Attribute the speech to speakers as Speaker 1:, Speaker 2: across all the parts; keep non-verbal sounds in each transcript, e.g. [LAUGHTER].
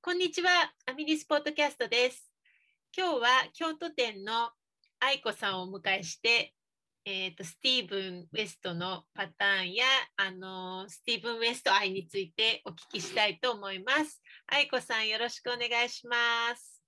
Speaker 1: こんにちは、アミリスポッドキャストです。今日は京都店の愛子さんをお迎えして、えーと、とスティーブン・ウェストのパターンや、あのスティーブン・ウェスト愛についてお聞きしたいと思います。愛子さん、よろしくお願いします。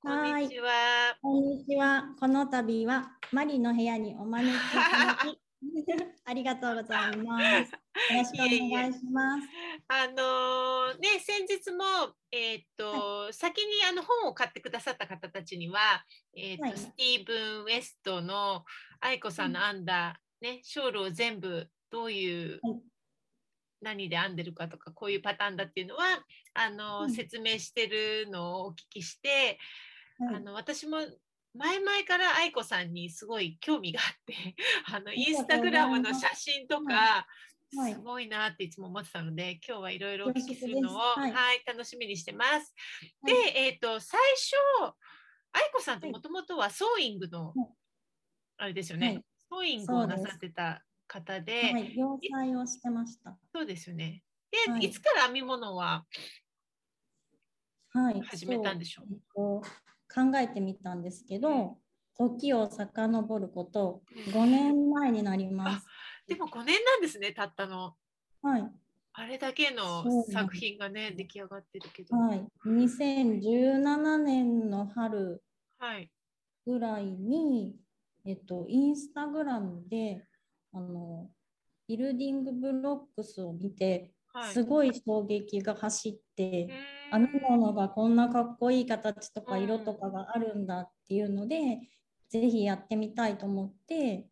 Speaker 1: こんにちは。
Speaker 2: こんにちは。この度はマリの部屋にお招き [LAUGHS] ありがとうございます。よろしくお願いします。いえいえ、
Speaker 1: あのー、ね先日もえっ、ー、と、はい、先にあの本を買ってくださった方たちにはえっ、ー、と、はい、スティーブンウェストの愛子さんの編んだ、うん、ねショールを全部どういう、はい、何で編んでるかとかこういうパターンだっていうのはあの、うん、説明してるのをお聞きして、あの私も前々から愛子さんにすごい興味があって [LAUGHS] あのインスタグラムの写真とか、すごいなっていつも思ってたので今日はいろいろお聞きするのを、はい、はい、楽しみにしてます。で、えーと、と最初愛子さんってもともとはソーイングの、あれですよね、はい、ソーイングをなさってた方で、はい
Speaker 2: 洋裁をしてました
Speaker 1: そうですよねで、はい、いつから編み物は始めたんでしょう、
Speaker 2: はい考えてみたんですけど、時を遡ること5年前になります。
Speaker 1: でも5年なんですね、たったの。
Speaker 2: はい。
Speaker 1: あれだけの作品がね、出来上がってるけど。
Speaker 2: はい。2017年の春ぐらいに、はい、えっと、インスタグラムで、あの、ビルディングブロックスを見て、はい、すごい衝撃が走って、編み物がこんなかっこいい形とか色とかがあるんだっていうので、うん、ぜひやってみたいと思って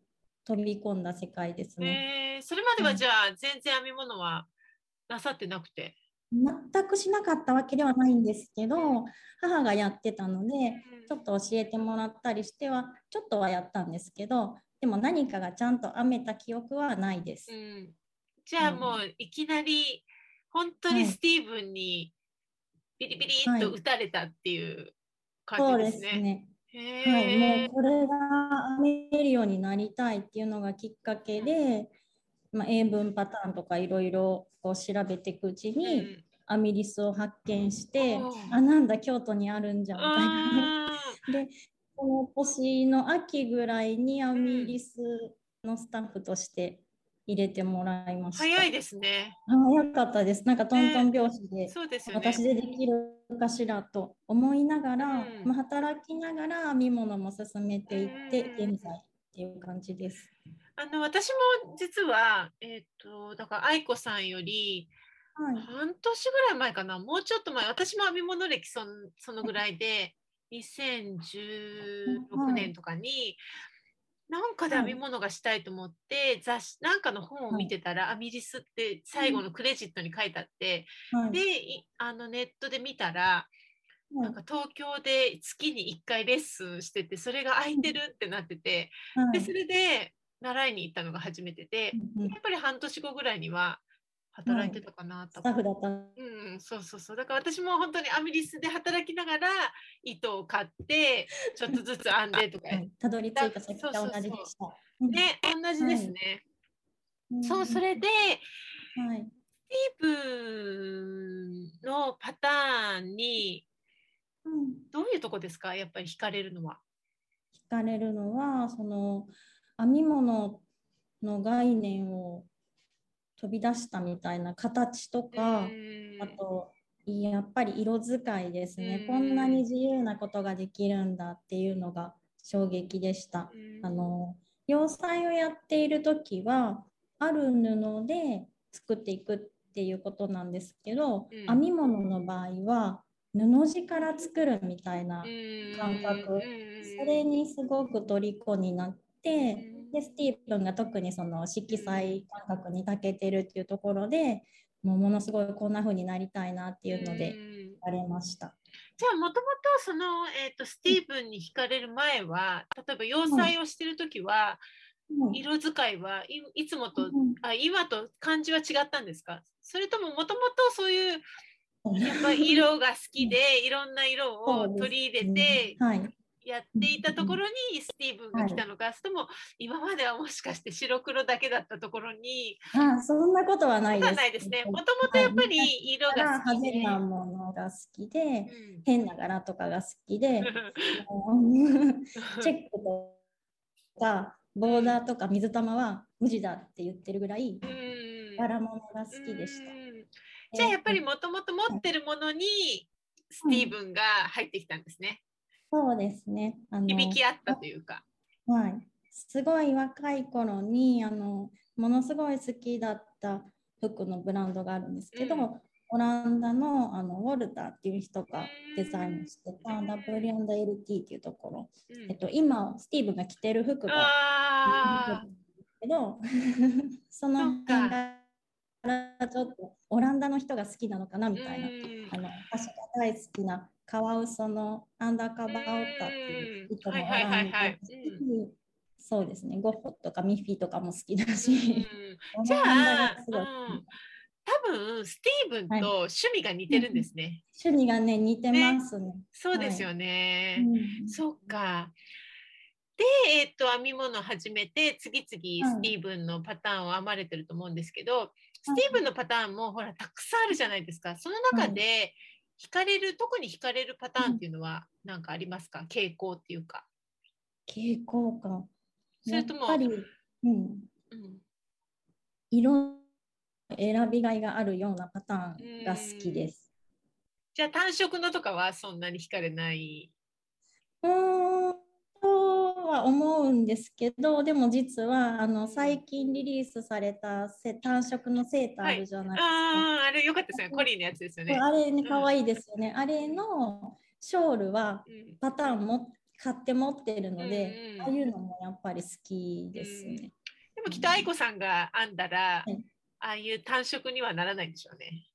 Speaker 2: 飛び込んだ世界です
Speaker 1: ね。えー、それまではじゃあ、うん、全然編み物はなさってなくて
Speaker 2: 全くしなかったわけではないんですけど、うん、母がやってたので、ちょっと教えてもらったりしてはちょっとはやったんですけどでも何かがちゃんと編めた記憶はないです。
Speaker 1: じゃあもういきなり本当にスティーブンにビリビリっと打たれたっていう感じですね。
Speaker 2: はい、ねはい、もうこれが編めるようになりたいっていうのがきっかけで、うん、まあ、英文パターンとかいろいろ調べていくうちに、うん、アミリスを発見して、うん、あなんだ京都にあるんじゃんみたいな。でこの年の秋ぐらいにアミリスのスタッフとして入れてもらいまし
Speaker 1: 早いですね。
Speaker 2: 早かったです。なんかトントン拍子で、
Speaker 1: ね、そうです、ね、
Speaker 2: 私でできるかしらと思いながら、うん、まあ、働きながら編み物も進めていって、うん、現在っていう感じです。
Speaker 1: あの私も実はえっ、ー、とだから愛子さんより。はい、半年ぐらい前かなもうちょっと前私も編み物歴そそのぐらいで2016年とかに、はいなんかで編み物がしたいと思って、はい、雑誌なんかの本を見てたら、はい、アミリスって最後のクレジットに書いてあって、はい、であのネットで見たら、なんか東京で月に1回レッスンしててそれが空いてるってなってて、でそれで習いに行ったのが初めてで、やっぱり半年後ぐらいには働いてたかな
Speaker 2: と、はい、スタッフだった
Speaker 1: うん、そうそうそうだから私も本当にアミリスで働きながら糸を買ってちょっとずつ編んでとか
Speaker 2: たどり着いた先が同じでしたね
Speaker 1: 同じですね、はい、そうそれで、はい、スティーブのパターンに、うん、どういうとこですかやっぱり惹かれるのは
Speaker 2: 惹かれるのはその編み物の概念を飛び出したみたいな形とか、あとやっぱり色使いですね、んこんなに自由なことができるんだっていうのが衝撃でした。あの洋裁をやっている時はある布で作っていくっていうことなんですけど、編み物の場合は布地から作るみたいな感覚、それにすごく虜になって。でスティーブンが特にその色彩感覚に長けてるっていうところで、うん、もうものすごいこんな風になりたいなっていうのであれました。
Speaker 1: じゃあもともとその、えーと、とスティーブンに惹かれる前は例えば洋裁をしてる時は、うん、色使いはいつもと、うん、あ今と感じは違ったんですかそれとももともとそういう
Speaker 2: [LAUGHS]
Speaker 1: やっぱ色が好きでいろんな色を取り入れて、
Speaker 2: はい、
Speaker 1: やっていたところにスティーブンが来たのか、それとも今まではもしかして白黒だけだったところに
Speaker 2: あそんなことはない
Speaker 1: そう
Speaker 2: で
Speaker 1: は
Speaker 2: す。
Speaker 1: ないですねもともとやっぱり色
Speaker 2: だから
Speaker 1: が好
Speaker 2: 派
Speaker 1: き
Speaker 2: 手
Speaker 1: で、
Speaker 2: なものが好きで、
Speaker 1: うん
Speaker 2: 変な柄とかが好
Speaker 1: [LAUGHS]
Speaker 2: きで、もうチェックとかボーダーとか水玉は無地だって言ってるぐらい [LAUGHS]
Speaker 1: うん
Speaker 2: 柄物が好きでした。
Speaker 1: うんじゃあやっぱり
Speaker 2: で
Speaker 1: もともと持ってるものにスティーブンが入ってきたんですね。
Speaker 2: そうですね。あの
Speaker 1: 響き合ったというか。
Speaker 2: はい、すごい若い頃にあのものすごい好きだった服のブランドがあるんですけど、
Speaker 1: うん
Speaker 2: オランダのあのウォルターっていう人がデザインしてた
Speaker 1: うん
Speaker 2: W&LT っていうところ、
Speaker 1: うん
Speaker 2: えっと、今スティーブが着てる服が [LAUGHS]
Speaker 1: あ
Speaker 2: けど [LAUGHS] その辺からちょっとオランダの人が好きなの
Speaker 1: [LAUGHS]
Speaker 2: かなみ
Speaker 1: ー
Speaker 2: たいな、
Speaker 1: うん
Speaker 2: あの私が大好きなカワウソのアンダーカバーオッタっていう
Speaker 1: うん
Speaker 2: 糸も
Speaker 1: はい
Speaker 2: オ
Speaker 1: はいは
Speaker 2: ラ
Speaker 1: い
Speaker 2: ンダ
Speaker 1: は
Speaker 2: だ
Speaker 1: い
Speaker 2: しそうですねゴッホとかミッフィーとかも好きだ
Speaker 1: う
Speaker 2: し、
Speaker 1: [LAUGHS] ん
Speaker 2: オ [LAUGHS]
Speaker 1: じゃ
Speaker 2: ランダ
Speaker 1: あ
Speaker 2: が、す
Speaker 1: う
Speaker 2: ごい
Speaker 1: ん、多分スティーブンと趣味が似てるんですね。
Speaker 2: 趣味がね似てますね。
Speaker 1: そうですよね。
Speaker 2: うん
Speaker 1: そっか。で、えっと編み物を始めて次々スティーブンのパターンを編まれてると思うんですけど、スティーブンのパターンもほらたくさんあるじゃないですか。その中で惹かれる、特に惹かれるパターンっていうのは何かありますか、傾向っていうか。
Speaker 2: 傾向感。
Speaker 1: それとも
Speaker 2: やっぱり、うん、
Speaker 1: うん
Speaker 2: 色の選びがいがあるようなパターンが好きです。
Speaker 1: じゃあ単色のとかはそんなに惹かれない。
Speaker 2: うーんとは思うんですけどでも実はあの最近リリースされたせ単色のセーターあるじゃないですか。
Speaker 1: ああ、あれ良かったですね。コリーのやつですよね。
Speaker 2: あれね可愛いですよね、あれのショールは
Speaker 1: うん
Speaker 2: パターンも買って持ってるの
Speaker 1: うん
Speaker 2: で、
Speaker 1: うん
Speaker 2: ああいうのもやっぱり好きですね。
Speaker 1: でもきっと愛子さんが編んだら、
Speaker 2: はい
Speaker 1: ああいう単色にはならないんでしょうね。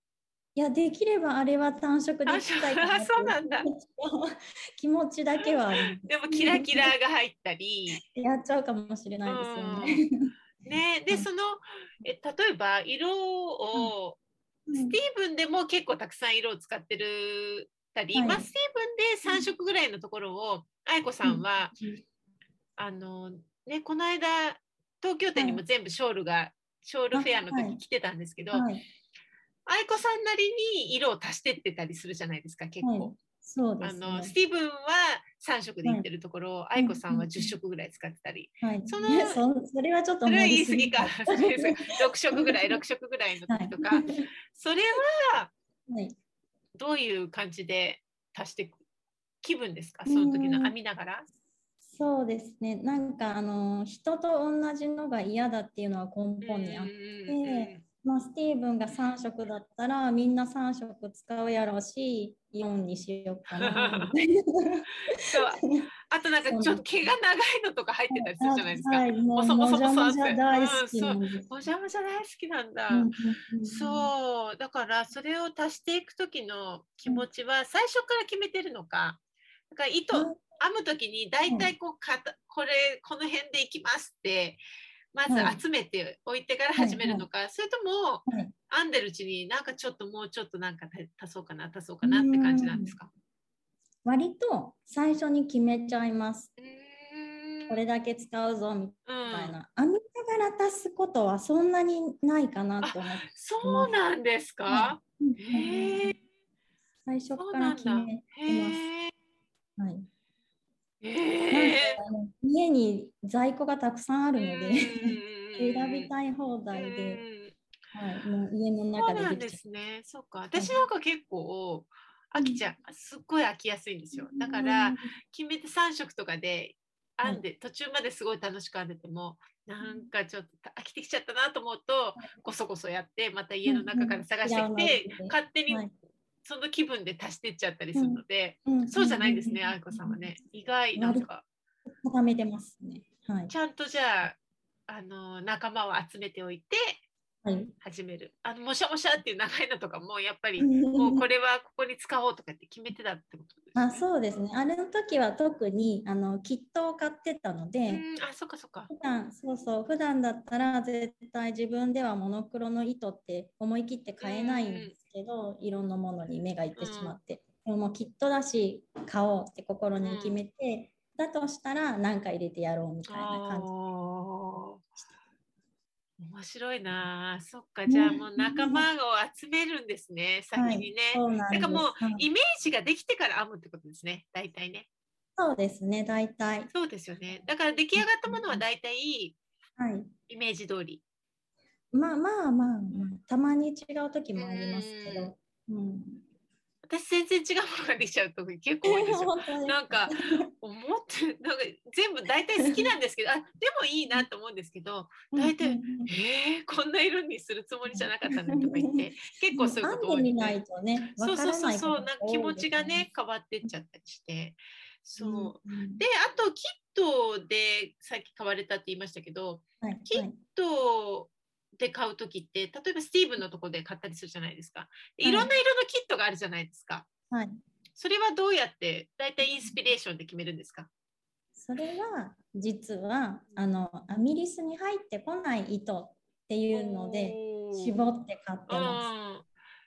Speaker 2: いやできればあれは単色でいきたいかなってい
Speaker 1: あそうなんだ
Speaker 2: [LAUGHS] 気持ちだけはある
Speaker 1: でもキラキラが入ったり、
Speaker 2: やっちゃうかもしれないですよね。
Speaker 1: ね、
Speaker 2: う
Speaker 1: で
Speaker 2: ん
Speaker 1: そのえ例えば色を、スティーブンでも結構たくさん色を使ってるたり、
Speaker 2: はい
Speaker 1: まあ、スティーブンで3色ぐらいのところを愛子さんは、
Speaker 2: うん
Speaker 1: あのねこの間東京店にも全部ショールが、ショールフェアの
Speaker 2: あは
Speaker 1: 時
Speaker 2: い
Speaker 1: 来てたんですけど、
Speaker 2: [LAUGHS] はい
Speaker 1: 愛子さんなりに色を足してってたりするじゃないですか結構。
Speaker 2: はいそうで
Speaker 1: あ
Speaker 2: すね。
Speaker 1: のスティーブンは3色でいってるところを、愛子さんは10色ぐらい使ってたり、
Speaker 2: はい、
Speaker 1: その
Speaker 2: いやそそれはちょっと
Speaker 1: それは
Speaker 2: 盛
Speaker 1: 言
Speaker 2: り
Speaker 1: い過ぎか
Speaker 2: [LAUGHS] すぎ
Speaker 1: 6色ぐらい6色ぐらいの
Speaker 2: は
Speaker 1: 時
Speaker 2: い
Speaker 1: とか、それは
Speaker 2: はい、
Speaker 1: どういう感じで足していく気分ですかその時の編みながら。
Speaker 2: そうですね。なんかあの人と同じのが嫌だっていうのは根本にあっ
Speaker 1: う
Speaker 2: て、
Speaker 1: んうんうん
Speaker 2: まあスティーブンが三色だったらみんな三色使うやろうし、4にしよう
Speaker 1: [LAUGHS]
Speaker 2: かなみたいな。
Speaker 1: そうあとなんかちょっと毛が長いのとか入ってたりするじゃないですか。
Speaker 2: はい、もう
Speaker 1: 細々
Speaker 2: もじゃもじ
Speaker 1: そう
Speaker 2: ゃ大好きなんです。
Speaker 1: お邪魔じゃ大好きなんだ。
Speaker 2: うんうんうん
Speaker 1: そうだからそれを足していく時の気持ちは最初から決めてるのかだから糸
Speaker 2: うん
Speaker 1: 編む時に大体こうかたこれこの辺でいきますってまず
Speaker 2: はい
Speaker 1: 集めておいてから始めるのか、それとも
Speaker 2: はい
Speaker 1: 編んでるうちになんかちょっともうちょっとなんか足そうかな足そうかなって感じなんですか
Speaker 2: 割と最初に決めちゃいます。
Speaker 1: うーん
Speaker 2: これだけ使うぞ
Speaker 1: う
Speaker 2: み
Speaker 1: ん
Speaker 2: みたいな、編みながら足すことはそんなにないかなと思って、
Speaker 1: そうなんですか、へえ
Speaker 2: 最初
Speaker 1: そうな
Speaker 2: から
Speaker 1: ん
Speaker 2: 決
Speaker 1: だ
Speaker 2: めてます。
Speaker 1: へ
Speaker 2: はい、
Speaker 1: え
Speaker 2: なんかあの家に在庫がたくさんあるので、 [LAUGHS] 選び
Speaker 1: い
Speaker 2: たい放題で、はい、もう家の
Speaker 1: そう
Speaker 2: 中
Speaker 1: な
Speaker 2: で
Speaker 1: ん
Speaker 2: で
Speaker 1: で
Speaker 2: きち
Speaker 1: すね。そうか。私なんか結構飽きちゃう。すっごい飽きやすいんです
Speaker 2: ゃ
Speaker 1: よ
Speaker 2: う。。
Speaker 1: だか
Speaker 2: う
Speaker 1: ら
Speaker 2: ん、
Speaker 1: 決めて3色とかで編んで、途中まですごい楽しく編んでてもなんかちょっと飽きてきちゃったなと思うとこそこそやってまた家の中から探して
Speaker 2: うんう
Speaker 1: き
Speaker 2: ん違う
Speaker 1: て
Speaker 2: のやって
Speaker 1: 勝手
Speaker 2: は
Speaker 1: に
Speaker 2: い
Speaker 1: その気分で足してっちゃったりするので
Speaker 2: うんうん
Speaker 1: そうじゃないんですね
Speaker 2: うん
Speaker 1: あいこさんはね。意外なんか
Speaker 2: 固めてますね。はい。
Speaker 1: ちゃんとじゃああの仲間を集めておいて
Speaker 2: はい。
Speaker 1: 始める。あのもしゃもしゃっていう長いのとかもやっぱりもうこれはここに使おうとかって決めてたってことです、ね。
Speaker 2: あ、そうですね。あれの時は特にあのキットを買ってたので。
Speaker 1: うん、あ、そっかそっか。
Speaker 2: 普段そうそう普段だったら絶対自分ではモノクロの糸って思い切って買えないんですけど、いろんなものに目がいってしまって、でももうきっとだし買おうって心に決めて、だとしたら何か入れてやろうみたいな感じ。
Speaker 1: おー面白いなあそっかじゃあもう仲間を集めるんですね、先にね、
Speaker 2: そうなん
Speaker 1: な
Speaker 2: で
Speaker 1: ん
Speaker 2: す
Speaker 1: かもう
Speaker 2: はい
Speaker 1: イメージができてから編むってことですね大体ね
Speaker 2: そうですね、大体。
Speaker 1: そうですよねだから出来上がったものは大体
Speaker 2: はい。
Speaker 1: イメージ通り
Speaker 2: まあまあまあ、まあ、たまに違う時もありますけど。うん。
Speaker 1: 私全然違うものができちゃうと結構多いです
Speaker 2: [LAUGHS]
Speaker 1: よ
Speaker 2: 本当に
Speaker 1: なんか思ってなんか全部大体好きなんですけどあでもいいなと思うんですけど大体
Speaker 2: うんうんうん
Speaker 1: えー、こんな色にするつもりじゃなかったのにとか言
Speaker 2: [LAUGHS]
Speaker 1: って結構そういうこと
Speaker 2: 編
Speaker 1: 多
Speaker 2: んで
Speaker 1: い
Speaker 2: み
Speaker 1: ね
Speaker 2: ないとね、わ
Speaker 1: そう
Speaker 2: か
Speaker 1: そう
Speaker 2: ら
Speaker 1: そう
Speaker 2: ない
Speaker 1: そ
Speaker 2: こと
Speaker 1: うなんか
Speaker 2: が多い
Speaker 1: 気持ちが
Speaker 2: です
Speaker 1: ね変わってっちゃったりしてそう、
Speaker 2: うんうん
Speaker 1: であとキットでさっき買われたって言いましたけど
Speaker 2: はい
Speaker 1: き
Speaker 2: はい
Speaker 1: キットで買う時って例えばスティーブンのとこで買ったりするじゃないですかで
Speaker 2: はい
Speaker 1: いろんな色のキットがあるじゃないですか、
Speaker 2: はい。
Speaker 1: それはどうやって大体インスピレーションで決めるんですか
Speaker 2: それは実はあのアミリスに入ってこない糸っていうので
Speaker 1: おー
Speaker 2: 絞って買って
Speaker 1: う
Speaker 2: ま
Speaker 1: ん
Speaker 2: す。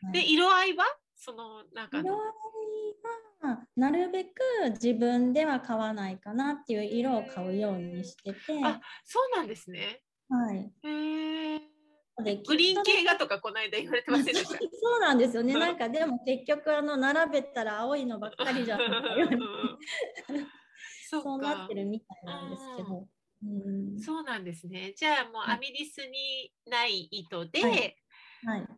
Speaker 2: はい
Speaker 1: で色合いはそのなんか
Speaker 2: 色合い
Speaker 1: の
Speaker 2: はなるべく自分では買わないかなっていう色を買うようにしてて、
Speaker 1: あそうなんですね
Speaker 2: はい。
Speaker 1: へー
Speaker 2: で
Speaker 1: グリーン系
Speaker 2: きっ
Speaker 1: がとかこの間言われて
Speaker 2: と
Speaker 1: ま
Speaker 2: ね
Speaker 1: せんでした
Speaker 2: [LAUGHS] そうなんですよね。なんかでも結局あの並べたら青いのばっかりじゃんと
Speaker 1: [LAUGHS]
Speaker 2: か言われて
Speaker 1: そう
Speaker 2: そうな
Speaker 1: か
Speaker 2: ってるみたいなんですけど。うん
Speaker 1: そうなんですねじゃあもうアミリスにない糸で、
Speaker 2: はいはい。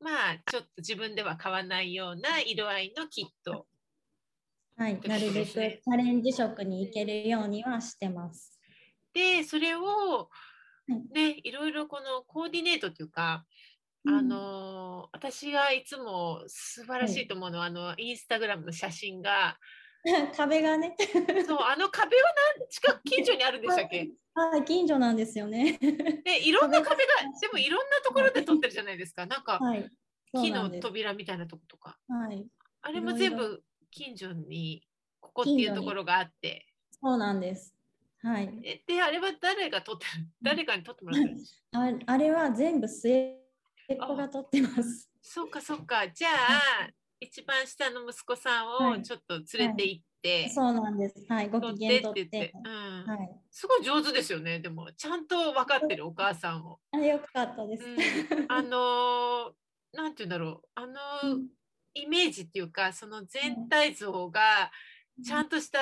Speaker 1: まあちょっと自分では買わないような色合いのキット
Speaker 2: はい、なるべくチャレンジ色に行けるようにはしてます。
Speaker 1: でそれを
Speaker 2: はい
Speaker 1: ねいろいろこのコーディネートというか
Speaker 2: うん
Speaker 1: あのー私がいつも素晴らしいと思うのは、あのインスタグラムの写真が
Speaker 2: [LAUGHS] 壁がね、
Speaker 1: そうあの壁はなん近く近所にあるんでしたっけ
Speaker 2: [LAUGHS] はい、近所なんですよね。
Speaker 1: でいろんな壁が
Speaker 2: 壁が
Speaker 1: でもいろんなところで撮ってるじゃないですかなんか
Speaker 2: [LAUGHS] はい、そう
Speaker 1: 木
Speaker 2: な
Speaker 1: の
Speaker 2: んです。
Speaker 1: 扉みたいなとことか
Speaker 2: はい、
Speaker 1: あれも全
Speaker 2: いろ
Speaker 1: 部近所にここってい
Speaker 2: 近
Speaker 1: う
Speaker 2: 所
Speaker 1: と
Speaker 2: に
Speaker 1: ころがあって
Speaker 2: そうなんです。はい、
Speaker 1: えであれは誰が撮ってる誰かに撮ってもらってる
Speaker 2: [LAUGHS] あ、あれは全部末っ子が撮ってます。
Speaker 1: そうかそうかじゃあ一番下の息子さん
Speaker 2: は
Speaker 1: を
Speaker 2: い
Speaker 1: ちょっと連れて行って、
Speaker 2: そうなんです。はい、ご
Speaker 1: 撮っ
Speaker 2: 機
Speaker 1: てっ
Speaker 2: 嫌
Speaker 1: て
Speaker 2: 撮っ。
Speaker 1: 言ってて、うん
Speaker 2: はい、
Speaker 1: すごい上手ですよねでもちゃんと分かってるお母さんを、
Speaker 2: あ、よかったで
Speaker 1: う
Speaker 2: す。
Speaker 1: ん、あのーなんて言うんだろうあのーイメージっていうかその全体像がちゃんとした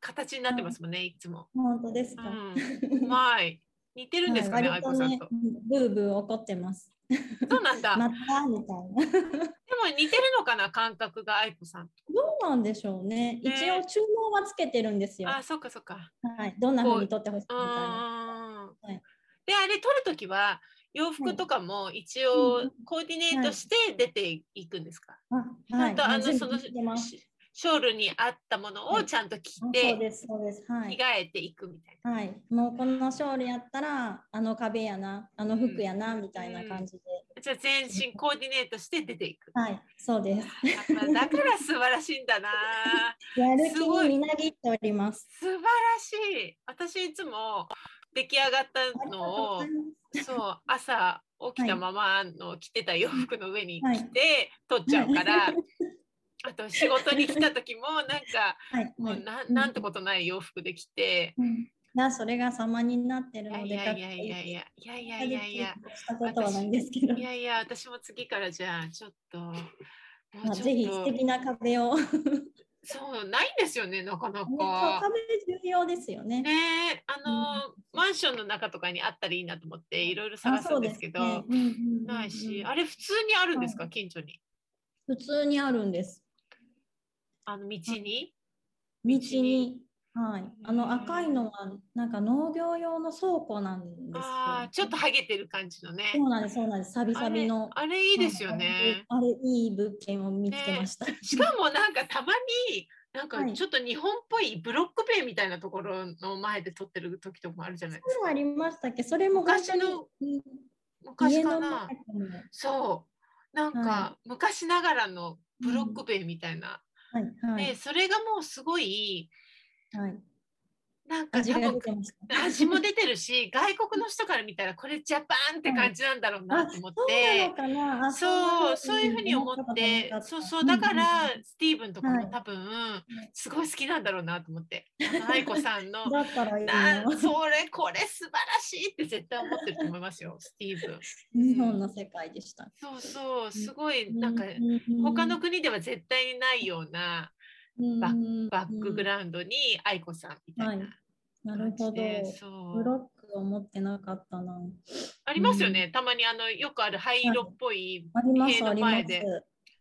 Speaker 1: 形になってますもんね、いつも。
Speaker 2: [LAUGHS] 本当です
Speaker 1: う
Speaker 2: か。
Speaker 1: ん、う
Speaker 2: [LAUGHS]
Speaker 1: まい。似てるんですかね、
Speaker 2: はい
Speaker 1: 愛子
Speaker 2: 割
Speaker 1: さ
Speaker 2: と
Speaker 1: ん
Speaker 2: ね
Speaker 1: と。、
Speaker 2: ブーブー怒ってます。
Speaker 1: そうなんだ。で
Speaker 2: ま
Speaker 1: も
Speaker 2: たみたいな。
Speaker 1: 似てるのかな、感覚が愛子さんと。
Speaker 2: どうなんでしょうね。一
Speaker 1: ね
Speaker 2: 応注文はつけてるんですよ。
Speaker 1: あ、そっかそっか。
Speaker 2: はい、どんな風に撮ってほしいみ
Speaker 1: うん
Speaker 2: たい
Speaker 1: うんう
Speaker 2: な。
Speaker 1: んう
Speaker 2: は
Speaker 1: ん
Speaker 2: い。
Speaker 1: で、あれ撮るときは洋服とかも一応コーディネートして出ていくんですか。
Speaker 2: あ
Speaker 1: ちゃんとあ
Speaker 2: もう
Speaker 1: の
Speaker 2: 全
Speaker 1: そ
Speaker 2: 部
Speaker 1: の
Speaker 2: 切ってます
Speaker 1: シショールに合ったものをちゃんと着
Speaker 2: あそう
Speaker 1: て
Speaker 2: です、そうです。は
Speaker 1: 着
Speaker 2: い
Speaker 1: 替。えていくみたいな。
Speaker 2: はい、もうこのショールやったら、あの壁やな、あの服やな、みたいな感じで。
Speaker 1: じゃあ全身コーディネートして出ていく。
Speaker 2: はい、そうです。
Speaker 1: やっぱだから素晴らしいんだな。
Speaker 2: やる
Speaker 1: す
Speaker 2: 気
Speaker 1: ごい
Speaker 2: にみなぎっております。
Speaker 1: 素晴らしい。私いつも出来上がったのを
Speaker 2: ありがとうございます
Speaker 1: そう朝起きた
Speaker 2: はい
Speaker 1: ままの着てた洋服の上に
Speaker 2: はい
Speaker 1: 着て取っちゃうから、あと仕事に来た時もなんか
Speaker 2: はい、
Speaker 1: も
Speaker 2: は
Speaker 1: う
Speaker 2: い。
Speaker 1: な
Speaker 2: うん
Speaker 1: なんてことない洋服で着て。
Speaker 2: うんな、それが様になって
Speaker 1: い
Speaker 2: る
Speaker 1: や
Speaker 2: の
Speaker 1: い
Speaker 2: で、
Speaker 1: やいやいやい
Speaker 2: や。
Speaker 1: やいやいやいやいや
Speaker 2: したことはないんですけど
Speaker 1: い。やいや私も次からじゃあちょっとも
Speaker 2: ま
Speaker 1: うち
Speaker 2: あ、
Speaker 1: ょっと
Speaker 2: ぜひ素敵な壁を。
Speaker 1: そうないんですよねなかな
Speaker 2: 壁
Speaker 1: か。
Speaker 2: 重要ですよね。
Speaker 1: ねえあの、マンションの中とかにあったらいいなと思っていろいろ探
Speaker 2: あ
Speaker 1: す
Speaker 2: そ
Speaker 1: ん
Speaker 2: う
Speaker 1: です
Speaker 2: す
Speaker 1: け
Speaker 2: ね
Speaker 1: ど。
Speaker 2: うんうんうんうん
Speaker 1: ないし、あれ普通にあるんですか、近所に。
Speaker 2: 普通にあるんです。
Speaker 1: あの道に。
Speaker 2: 道に。
Speaker 1: に
Speaker 2: はい、あの赤いのはなんか農業用の倉庫なんですけど
Speaker 1: ああ、ちょっとハゲてる感じのね。
Speaker 2: そうなんです、そうなんです、サビ
Speaker 1: あ
Speaker 2: サ
Speaker 1: れ
Speaker 2: ビの。
Speaker 1: あれいいですよね。
Speaker 2: あれ、いい物件を見つけました。
Speaker 1: しかもなんかたまに、なんか
Speaker 2: はい
Speaker 1: ちょっと日本っぽいブロック塀みたいなところの前で撮ってる時とかもあるじゃないです
Speaker 2: そう
Speaker 1: か。
Speaker 2: ありましたっけ、それも本当
Speaker 1: 昔
Speaker 2: に
Speaker 1: の
Speaker 2: うん
Speaker 1: 昔
Speaker 2: 家
Speaker 1: か
Speaker 2: の
Speaker 1: な
Speaker 2: 中。とも
Speaker 1: そう。なん
Speaker 2: は
Speaker 1: か昔ながらのブロック塀みたいな。
Speaker 2: はい、は
Speaker 1: で、
Speaker 2: い、
Speaker 1: それがもうすごい、
Speaker 2: はい、
Speaker 1: なんか
Speaker 2: 味
Speaker 1: 多
Speaker 2: が
Speaker 1: 分
Speaker 2: 出てました。
Speaker 1: 味も出てるし外国の人から見たらこれジャパンって感じなんだろうなと思って、
Speaker 2: そうなのかなあ
Speaker 1: そう
Speaker 2: そ
Speaker 1: そう
Speaker 2: んな
Speaker 1: いうふうに思ってそうそうだからスティーブンとか
Speaker 2: は
Speaker 1: も
Speaker 2: い
Speaker 1: 多分、
Speaker 2: い
Speaker 1: すごい好きなんだろうなと思 [LAUGHS] ってあの愛子さんの
Speaker 2: だからいい
Speaker 1: な
Speaker 2: なん
Speaker 1: それこれ素晴らしいって絶対思ってると思いますよスティーブン。
Speaker 2: [LAUGHS] 日本の世界でした。
Speaker 1: そうそうすごいなんか
Speaker 2: うん
Speaker 1: 他の国では絶対にないようなババックグ
Speaker 2: ウ
Speaker 1: ラウンドに愛子さんみたいな
Speaker 2: ンなる
Speaker 1: 感
Speaker 2: ほ
Speaker 1: じ
Speaker 2: ど。
Speaker 1: で、
Speaker 2: ブ
Speaker 1: そう
Speaker 2: ロックを持ってなかったな。
Speaker 1: ありますよね、たまにあのよくある灰色っぽい
Speaker 2: あります
Speaker 1: 塀
Speaker 2: あ
Speaker 1: の
Speaker 2: りま
Speaker 1: 前
Speaker 2: す
Speaker 1: で。。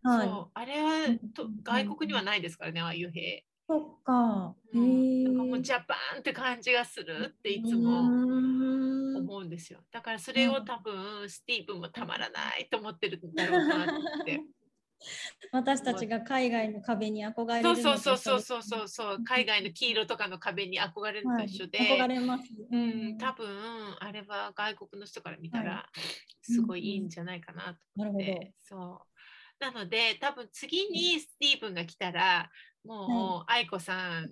Speaker 2: はい。
Speaker 1: そうあれはと
Speaker 2: うんうんうん
Speaker 1: 外国にはないですからねああいう塀。
Speaker 2: そっか。
Speaker 1: う
Speaker 2: へ
Speaker 1: ん、
Speaker 2: え。
Speaker 1: なんかもうジャパンって感じがするっていつも
Speaker 2: も。
Speaker 1: 思うんですよ。だからそれを多分スティーブンもたまらないと思ってるんだろうな
Speaker 2: [LAUGHS]
Speaker 1: って。
Speaker 2: 私たちが海外の壁に憧れる
Speaker 1: そ
Speaker 2: の
Speaker 1: う
Speaker 2: と
Speaker 1: そうそうそうそう
Speaker 2: う
Speaker 1: そうそう海外の黄色とかの壁に憧れるの
Speaker 2: は
Speaker 1: と
Speaker 2: い
Speaker 1: 一緒で、
Speaker 2: 憧れます。
Speaker 1: うん、多分あれは外国の人から見たらすごいいいんじゃないかなと思って、
Speaker 2: なる
Speaker 1: そうなので多分次にスティーブンが来たらもう愛子さん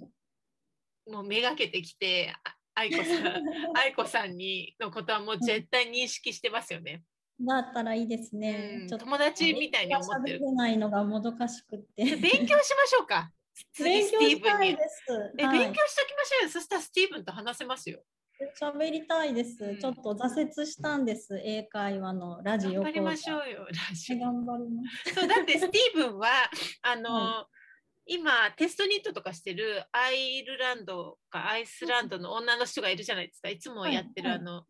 Speaker 1: もうめがけてきてあ愛子さ
Speaker 2: [LAUGHS]
Speaker 1: ん愛子さんにのことはもう絶対認識してますよね。
Speaker 2: だったらいいです
Speaker 1: う
Speaker 2: ね
Speaker 1: ん。
Speaker 2: ちょっと
Speaker 1: 友達みたいに思ってる
Speaker 2: 喋れないのがもどかしくって。
Speaker 1: 勉強しましょうか。次
Speaker 2: 勉
Speaker 1: ステ
Speaker 2: 強
Speaker 1: ィー
Speaker 2: し
Speaker 1: ブン
Speaker 2: たい
Speaker 1: に
Speaker 2: で。す。
Speaker 1: え、
Speaker 2: はい
Speaker 1: 勉強しておきましょうよ。そしたらスティーブンと話せますよ。
Speaker 2: 喋りたいです、
Speaker 1: うん
Speaker 2: ちょっと挫折したんです。英会話のラジオ
Speaker 1: 頑張りましょう
Speaker 2: う。
Speaker 1: よ。ラジオ
Speaker 2: 頑張ります。
Speaker 1: そうだってスティーブンはあの、今テストニットとかしてるアイルランドかアイスランドの女の人がいるじゃないですか。いつもやってる、
Speaker 2: はい
Speaker 1: あの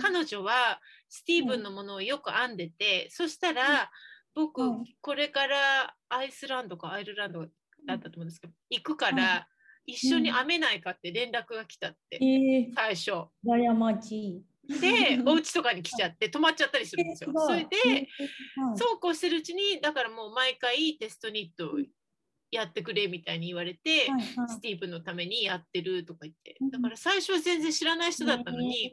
Speaker 1: 彼女はスティーブンのものをよく編んでて、そしたら僕、
Speaker 2: うん
Speaker 1: これからアイスランドかアイルランドだったと思うんですけど行くから一緒に編めないかって連絡が来たって、
Speaker 2: ええ
Speaker 1: 最
Speaker 2: [LAUGHS]
Speaker 1: 初。
Speaker 2: ー、ややまちい。
Speaker 1: でお家とかに来ちゃって泊まっちゃったりするんですよ。それで、
Speaker 2: う。
Speaker 1: そうこうしてるうちにだからもう毎回テストニットをやってくれみたいに言われて、
Speaker 2: はいはい
Speaker 1: スティーブンのためにやってるとか言って
Speaker 2: うん
Speaker 1: だから最初は全然知らない人だったのに、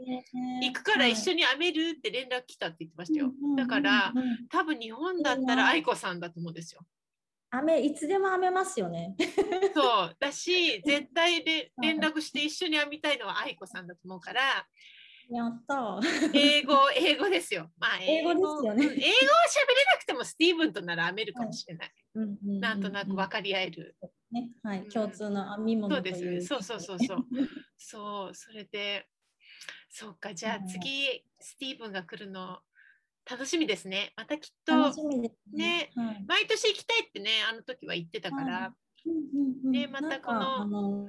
Speaker 1: 行くから一緒
Speaker 2: に
Speaker 1: に編めるって連絡来たって言ってましたよ。だから多分日本だったら愛子さんだと思うんですよ。
Speaker 2: 雨いつでも雨ますよね。
Speaker 1: そうだし絶対で
Speaker 2: はい
Speaker 1: 連絡して一緒に編みたいのは愛子さんだと思うから
Speaker 2: やった。
Speaker 1: 英語英語ですよ。まあ
Speaker 2: 英語ですよね
Speaker 1: うん英語を喋れなくてもスティーブンとなら編めるかもしれない。
Speaker 2: うんうんうん
Speaker 1: なんとなく分かり合える。
Speaker 2: ね、は
Speaker 1: う
Speaker 2: い
Speaker 1: ん、
Speaker 2: 共通の編み物
Speaker 1: そう
Speaker 2: とい
Speaker 1: で
Speaker 2: う。
Speaker 1: すね。そうそうそう
Speaker 2: [LAUGHS]
Speaker 1: そう。そう、それで、そうか、じゃ
Speaker 2: う
Speaker 1: あ
Speaker 2: ん
Speaker 1: 次、スティーブンが来るの楽しみですね。またきっ
Speaker 2: 楽
Speaker 1: と
Speaker 2: し、みですね。はい。
Speaker 1: 毎年行きたいってね、あの時は言ってたから、で
Speaker 2: で
Speaker 1: またこの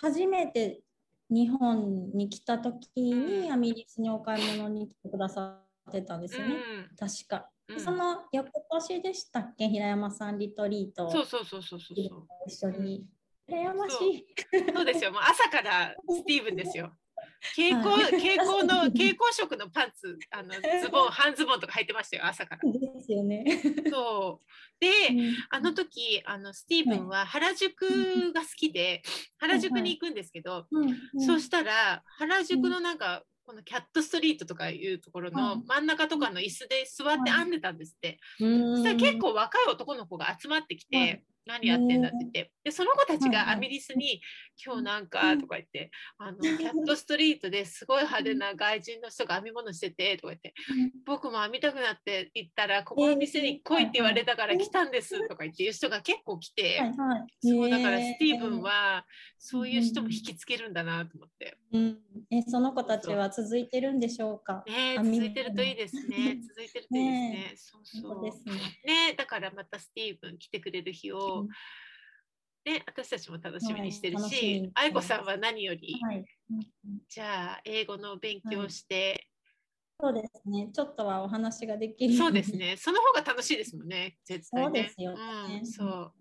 Speaker 2: 初めて日本に来た時
Speaker 1: う
Speaker 2: に
Speaker 1: ん
Speaker 2: アミリスにお買い物に来てくださってたんですよね、確か、
Speaker 1: うんうん
Speaker 2: その翌年でしたっけ平山さんリトリート
Speaker 1: そうそうそうそうそうそう。
Speaker 2: 一緒に羨ましい
Speaker 1: そうですよ。もう朝からスティーブンですよ。蛍光、
Speaker 2: はい
Speaker 1: 蛍光の、蛍光色のパンツ、あの、ズ
Speaker 2: [LAUGHS]
Speaker 1: ボン、半ズボンとか履いてましたよ、朝から。
Speaker 2: ですよね、
Speaker 1: そう。で、あの時あのスティーブンは原宿が好きで、原宿に行くんですけど、
Speaker 2: うん
Speaker 1: そうしたら原宿のなんか、このキャットストリートとかいうところ
Speaker 2: う
Speaker 1: の
Speaker 2: ん
Speaker 1: 真ん中とかの椅子で座って編んでたんですって、
Speaker 2: うん
Speaker 1: そしたら結構若い男の子が集まってきて、
Speaker 2: はい
Speaker 1: 何やってんだって言ってでその子たち
Speaker 2: はい
Speaker 1: が
Speaker 2: は
Speaker 1: ア
Speaker 2: い
Speaker 1: ミリスに「今日なんか」とか言って「あのキャットストリートですごい派手な外人の人が編み物してて」とか言って「僕も編みたくなって行ったらここの店に来いって言われたから来たんです」とか言っていう人が結構来て。
Speaker 2: はいはい
Speaker 1: そうだからスティーブン、
Speaker 2: ね
Speaker 1: はそういう人も引きつけるんだなと思って。
Speaker 2: うんえその子たちは続いてるんでしょうか
Speaker 1: ねえ
Speaker 2: あみんな
Speaker 1: 続いてるといいですね。続いてるといいですね。
Speaker 2: ね
Speaker 1: そう
Speaker 2: そ
Speaker 1: そうう。
Speaker 2: ですね
Speaker 1: ねえだからまたスティーブン来てくれる日を、ね、私たちも楽しみにしてる
Speaker 2: はい楽しみにして
Speaker 1: し
Speaker 2: ます、
Speaker 1: 愛子さんは何より、
Speaker 2: はい、うん
Speaker 1: じゃあ英語の勉強をして、
Speaker 2: そうですね。ちょっとはお話ができる。
Speaker 1: そうです。ね、その方が楽しいですもんね、絶対ね。
Speaker 2: そうですよね
Speaker 1: うん、そう。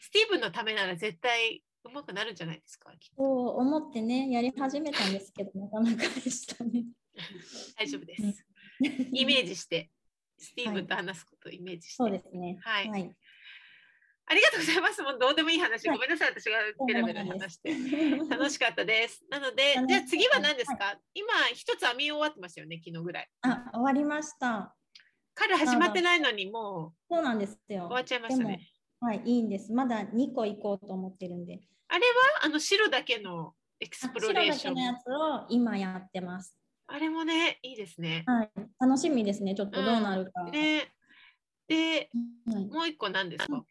Speaker 1: スティーブンのためなら絶対上手くなるんじゃないですか、きっと
Speaker 2: そう思ってね、やり始めたんですけど、なかなかでしたね。
Speaker 1: 大丈夫で
Speaker 2: うん
Speaker 1: す。イメージして、スティーブンと話すことをイメージして。
Speaker 2: そうですね。
Speaker 1: はい
Speaker 2: はい。
Speaker 1: ありがとうございます。もうどうでもいい話。
Speaker 2: は
Speaker 1: ご
Speaker 2: い
Speaker 1: めんなさい。私がベラベラ話して。楽
Speaker 2: し
Speaker 1: しかったです。なので、
Speaker 2: 楽し
Speaker 1: じ
Speaker 2: か
Speaker 1: ゃあ次は
Speaker 2: った
Speaker 1: 何ですか、今一つ編み終わってましたよね、昨日ぐらい。
Speaker 2: [LAUGHS] あ、終わりました。
Speaker 1: 彼始まってないのにも
Speaker 2: そうなんです
Speaker 1: う
Speaker 2: よ
Speaker 1: 終わ。っちゃいましたね。
Speaker 2: はい、いいんです。まだ2個行こうと思ってるんで。
Speaker 1: あれはあの白だけのエクスプロ
Speaker 2: 白
Speaker 1: レー
Speaker 2: だ
Speaker 1: シ
Speaker 2: け
Speaker 1: ョ
Speaker 2: のや
Speaker 1: ン。
Speaker 2: つを今やってます。
Speaker 1: あれもね、いいですね。
Speaker 2: はい、楽しみですね、ちょっとどうなるか。
Speaker 1: ね。で、
Speaker 2: はい
Speaker 1: もう一個なんですか。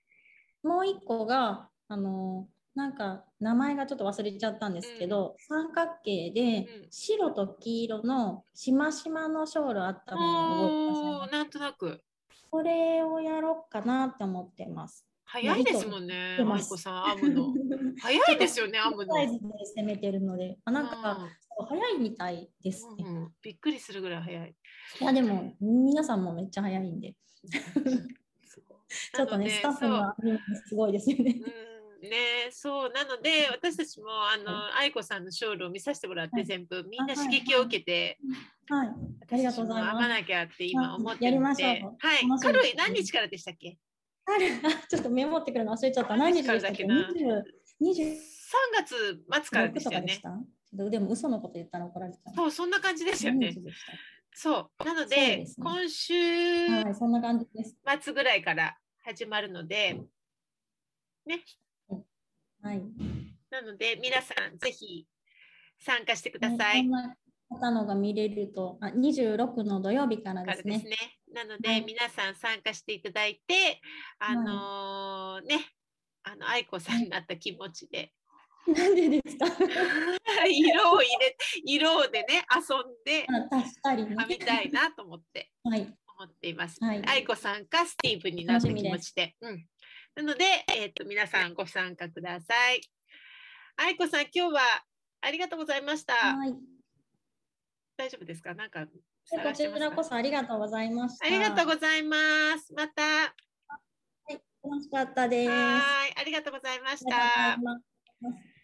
Speaker 2: もう一個があのなんか名前がちょっと忘れちゃったんですけど、三角形で
Speaker 1: うん
Speaker 2: 白と黄色のしましまのショールあったのを覚えてま
Speaker 1: おお、
Speaker 2: す
Speaker 1: なんとなく。
Speaker 2: これをやろうかなって思ってます。
Speaker 1: 早いですもんね、
Speaker 2: 出ま
Speaker 1: 愛
Speaker 2: す
Speaker 1: 子さん、編むの。
Speaker 2: [LAUGHS]
Speaker 1: 早いですよね、編むの
Speaker 2: サ。イズで攻めてるので、あなんか、
Speaker 1: うん
Speaker 2: そう早いみたいですね。
Speaker 1: うんびっくりするぐらい早い。
Speaker 2: いやでも皆さんもめっちゃ早いんで、 [LAUGHS] ちょっとねスタッ
Speaker 1: が。
Speaker 2: フがすごいですよね
Speaker 1: そう。うんね、そうなので私たちもあの愛子さんのショールを見させてもらっ
Speaker 2: は
Speaker 1: て
Speaker 2: い
Speaker 1: 全部みんな
Speaker 2: あはい
Speaker 1: 刺激を受けて
Speaker 2: はい、ありが
Speaker 1: 私
Speaker 2: と
Speaker 1: たちも
Speaker 2: うござい
Speaker 1: 編
Speaker 2: ま。
Speaker 1: ますなきゃって今思って
Speaker 2: や
Speaker 1: る
Speaker 2: り
Speaker 1: の
Speaker 2: ましょう
Speaker 1: で、はい
Speaker 2: 楽しみです、
Speaker 1: カロリー何日からでしたっけ
Speaker 2: あるあちょっとメモってくるの忘れちゃった。何日でしたっけ？
Speaker 1: 何
Speaker 2: 二
Speaker 1: 日
Speaker 2: 十二十
Speaker 1: ?3 月末からで
Speaker 2: と
Speaker 1: した
Speaker 2: か
Speaker 1: よ
Speaker 2: でし
Speaker 1: ね。
Speaker 2: た。ででも嘘のこと言ったら怒られちゃう。
Speaker 1: そう、そんな感じですよ
Speaker 2: 何
Speaker 1: ね
Speaker 2: 日。でし
Speaker 1: そう。なので、
Speaker 2: そうですね
Speaker 1: 今週
Speaker 2: たはい、そんな感じです。
Speaker 1: 末ぐらいから始まるので、
Speaker 2: はい。
Speaker 1: なので皆さんぜひ参加してくだ
Speaker 2: ね
Speaker 1: さい。
Speaker 2: こんな方のが見れると、あ、二十六の土曜日から
Speaker 1: か
Speaker 2: で
Speaker 1: ら
Speaker 2: す
Speaker 1: です
Speaker 2: ね。
Speaker 1: ね。なので、
Speaker 2: はい
Speaker 1: 皆さん参加していただいて、あのーね、あの愛子さんになった気持ちで、
Speaker 2: なんでですか？ [LAUGHS]
Speaker 1: [LAUGHS] 色を入れ、色でね遊んで
Speaker 2: あ足したりね。
Speaker 1: 編みたいなと思って
Speaker 2: はい。
Speaker 1: 思っています。
Speaker 2: はい
Speaker 1: 愛子さんかスティーブになった
Speaker 2: 楽し
Speaker 1: 気
Speaker 2: み
Speaker 1: 持
Speaker 2: で
Speaker 1: ちで、うん。なので、えっ、と皆さんご参加ください。愛子さん今日はありがとうございました。
Speaker 2: はい。
Speaker 1: 大丈夫ですか？なんか
Speaker 2: でこ
Speaker 1: 探し
Speaker 2: ち
Speaker 1: てます
Speaker 2: らこ
Speaker 1: か。
Speaker 2: そありがとうございました。
Speaker 1: ありがとうございます。また。
Speaker 2: 楽しかったです。
Speaker 1: はーい、ありがとうございまし
Speaker 2: ありがとうご
Speaker 1: た
Speaker 2: ざい。ます